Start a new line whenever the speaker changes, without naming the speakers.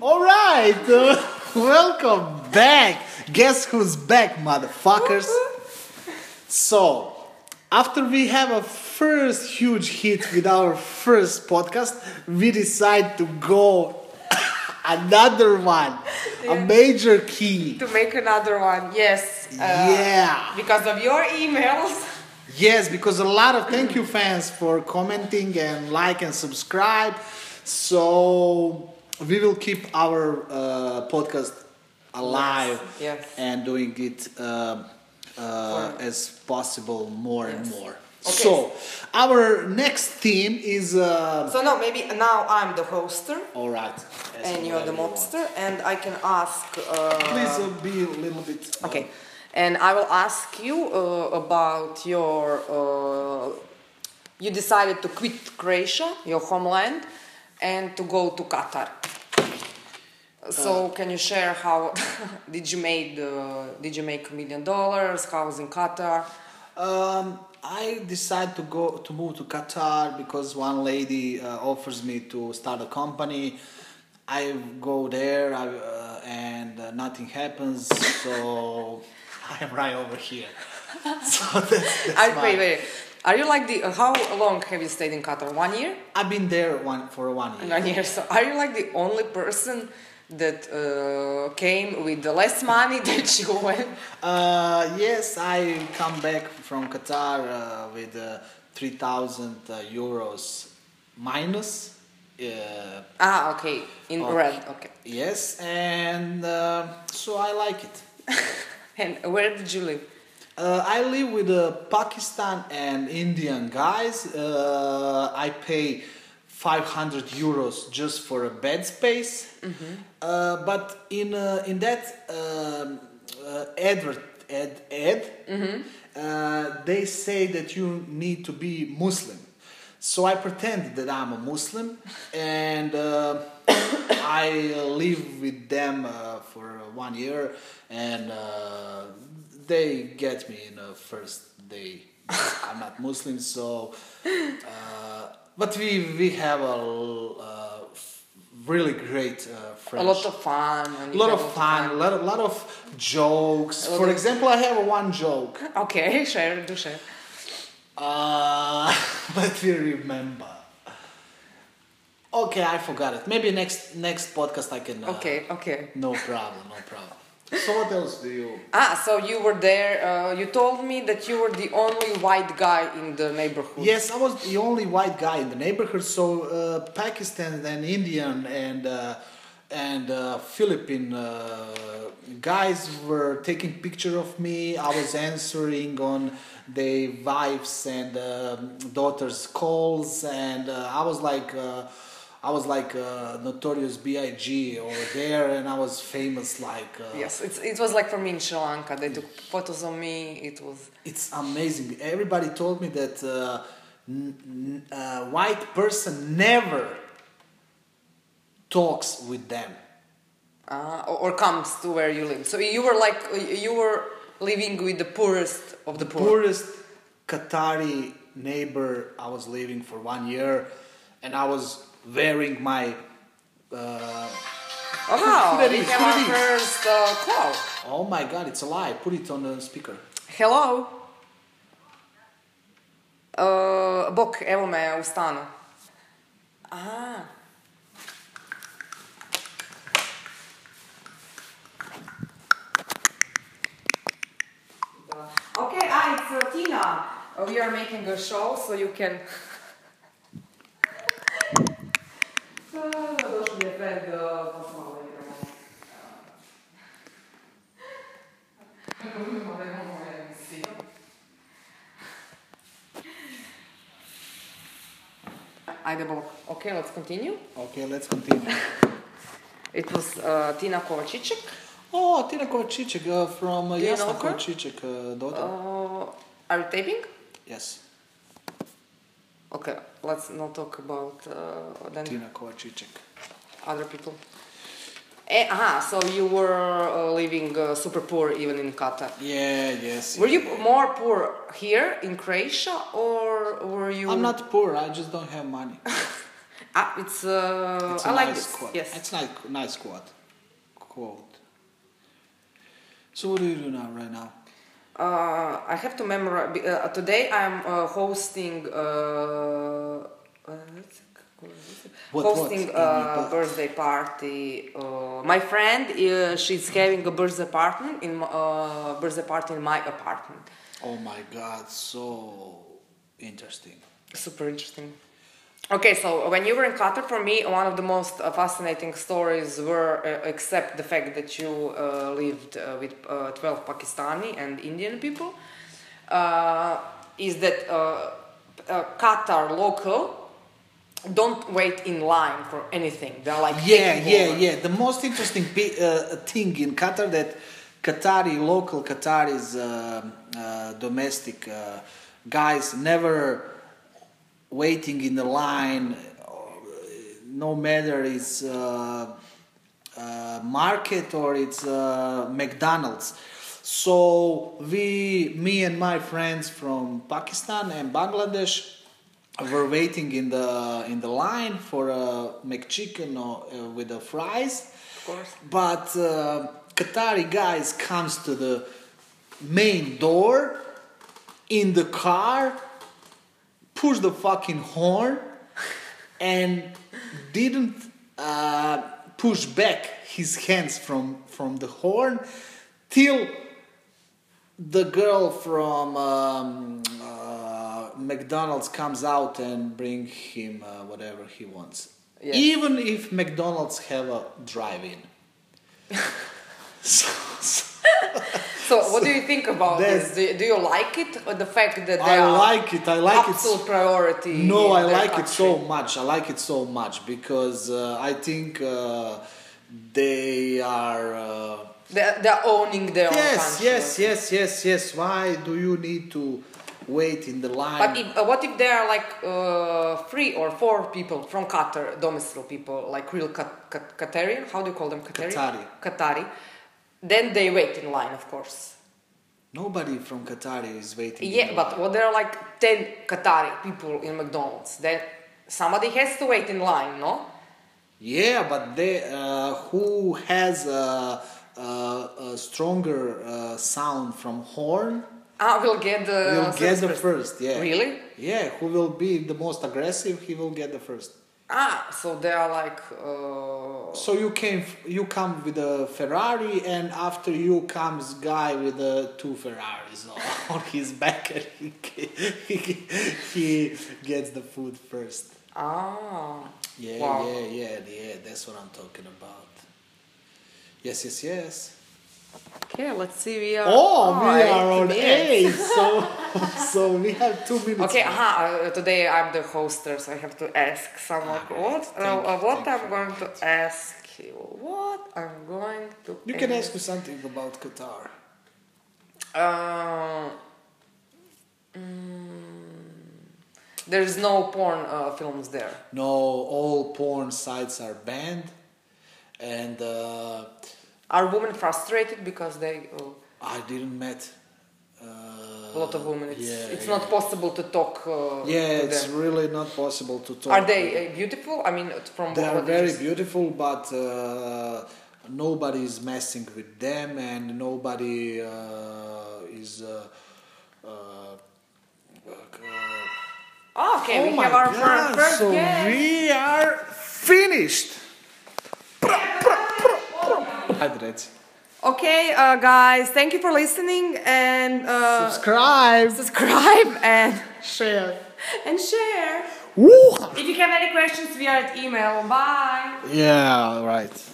right, uh, welcome back. Guess who's back, motherfuckers? So, after we have a first huge hit with our first podcast, we decide to go another one, a major key.
to uh, make another one. Yes. Uh,
Yeah.
Because of your emails.
Yes, because a lot of thank you fans for commenting and like and subscribe. So we will keep our uh, podcast alive
Yes, yes.
and doing it um uh,
More.
as possible more and
Yes.
more.
Okay.
So our next theme is uh,
So no, maybe now I'm the hoster
all right, ask
and
me
you're the
whatever you want.
mobster, and I can ask. Uh,
Please uh, be a little bit uh,
Okay. And I will ask you uh, about your. Uh, you decided to quit Croatia, your homeland, and to go to Qatar.
Uh.
So can you share how did you made uh, did you make a million dollars? How's in Qatar?
Um, I decided to go to move to Qatar because one lady uh, offers me to start a company. I go there I, uh, and uh, nothing happens, so I'm right over here. So that's, that's
I,
my-
wait, wait. Are you like the? How long have you stayed in Qatar? One year.
I've been there one for one year.
One year. So are you like the only person that uh, came with the less money that you went?
Uh, yes, I come back from Qatar uh, with uh, three thousand uh, euros minus. Uh,
Ah, okay. In
Oh.
red. Okay.
Yes, and uh, so I like it.
And where did you live?
Uh, I live with uh, Pakistan and Indian guys. Uh, I pay 500 euros just for a bed space. Uh, but in uh, in that um, uh, advert ad, ad uh, they say that you need to be Muslim. So I pretend that I'm a Muslim and. Uh, I uh, live with them uh, for one year, and uh, they get me in the first day. I'm not Muslim, so uh, but we we have a l- uh, f- really great uh,
A
friendship.
lot of fun. and
A
you
lot
have
of fun, a lot, a lot of jokes. For example, I have one joke,
Okay, share, do share.
uh, let me remember. Okay, I forgot it. Maybe next next podcast I can. Uh,
Okay, okay.
No problem, no problem. So what else do you?
Ah, so you were there. Uh, you told me that you were the only white guy in the neighborhood.
Yes, I was the only white guy in the neighborhood. So uh, Pakistan and Indian and uh, and uh, Philippine uh, guys were taking picture of me. I was answering on their wives and uh, daughters' calls, and uh, I was like. Uh, I was like uh, notorious B.I.G. over there, and I was famous like uh,
Yes, it's, it was like for me in Sri Lanka. They took photos of me. It was.
It's amazing. Everybody told me that uh, n- n- uh, white person never talks with them.
uh, or, or comes to where you live. So you were like you were living with the poorest of the poor.
Poorest Qatari neighbor I was living for one year, and I was wearing my. Uh,
Oh, wow,
Who that
we
is?
have
Who
our
that is?
first uh, call.
oh my God! It's a lie. Put it on the speaker.
Hello. Uh, bok, evo me u stanu. Aha. Okay, ah, it's uh, Tina. Uh, we are making a show, so you can... Došli je pred, uh, pa smo malo igramo. Ajde, bok. Okay, let's continue.
Okay, let's continue.
It was uh, Tina Kovačiček.
Oh, Tina Kovačiček uh, from uh,
Do you know
Jasna
her?
Kovačiček, uh, daughter.
Uh, are you taping?
yes,
Okay, let's not talk about uh, then
Tina Kovačiček.
other people. Eh, aha, so you were uh, living uh, super poor even in Qatar.
Yeah, yes.
Were you more poor here in Croatia or were you?
I'm not poor. I just don't have money.
Ah, it's. Uh,
It's a
Oh, I like
nice
this.
squad.
Yes.
It's like nice squad. quote. So what do you do now, right now?
Uh, I have to memorize. Uh, today I'm uh, hosting. Uh, uh, what's it called?
What, what?
hosting
Give me
a
back.
birthday party. Uh, my friend, uh, she's having a birthday apartment in my- uh, birthday party in my apartment.
Oh my God, so interesting.
Super interesting. Okay, so when you were in Qatar, for me, one of the most uh, fascinating stories were, uh, except the fact that you uh, lived uh, with uh, 12 Pakistani and Indian people, uh, is that uh, uh, Qatar local don't wait in line for anything. They're like,
Yeah,
taking
yeah,
over.
yeah. The most interesting pe- uh, thing in Qatar that Qatari local Qataris um uh, domestic uh, guys never waiting in the line, uh, no matter it's uh, uh, market or it's uh, McDonald's. So we, me and my friends from Pakistan and Bangladesh, were waiting in the in the line for a McChicken or, uh, with the fries. Of
course.
But uh, Qatari guys comes to the main door in the car push the fucking horn and didn't uh, push back his hands from from the horn till the girl from um, uh, McDonald's comes out and bring him uh, whatever he wants.
Yeah.
Even if McDonald's have a drive-in. so, so
So, what do you think about
That's-
this? Do you, do you like it? Or the fact that
I
they are
like it. I like it.
absolute priority?
No,
in
I
their
like it
country?
so much. I like it so much because uh, I think uh, they are. Uh,
They're, they're owning their own
yes,
country.
yes, yes, yes, yes. Why do you need to wait in the line?
But if, uh, what if there are like uh, three or four people from Qatar, domicile people, like real Qat- Qat- Qatarian? How do you call them? Qatari?
Qatari.
Qatari. Then they wait in line, of course.
Nobody from Qatar is waiting. in
Yeah,
the
but
line.
what there are like 10 Qatari people in McDonald's, then somebody has to wait in line, no?
yeah, but they uh, who has a, a, a stronger uh, sound from horn
I will Ah, get the.
will get the
salesperson.
first. Yeah,
Really?
Yeah, who will be the most aggressive? He will get the first.
Ah, so they are like. Uh,
So you came, you come with a Ferrari, and after you comes guy with uh, two Ferraris on- on his back, and he, he, he gets the food first.
ah.
Yeah,
Wow.
yeah, yeah, yeah. That's what I'm talking about. Yes, yes, yes.
Okay, let's see. We are.
Oh, we
eight
are on
minutes.
eight, so so we have two minutes.
Okay,
left.
aha, uh, today I'm the hoster, so I have to ask someone
Ah,
what,
great. Thank
uh,
you,
what
thank
I'm
you.
going to ask you. What I'm going to
You can ask me something about Qatar.
Uh, mm, there's no porn uh, films there.
No, all porn sites are banned, and. Uh,
Are women frustrated because they uh,
I didn't met uh,
a lot of women? It's,
yeah,
it's
yeah.
not possible to talk. Uh,
Yeah,
to
it's
them.
really not possible to talk.
Are they uh, beautiful? I mean, uh, from
They
what
are
what did you
very
see?
beautiful, but uh, nobody is messing with them, and nobody uh, is. Uh, uh, uh,
Ah, okay,
oh
we
my
have our
God,
fir- first
so
guest.
we are finished. Ajde, reci.
Okay, uh, guys, thank you for listening and uh,
Subscribe.
subscribe and
Share.
and share.
Woo!
If you have any questions, we are at email. Bye.
Yeah, right.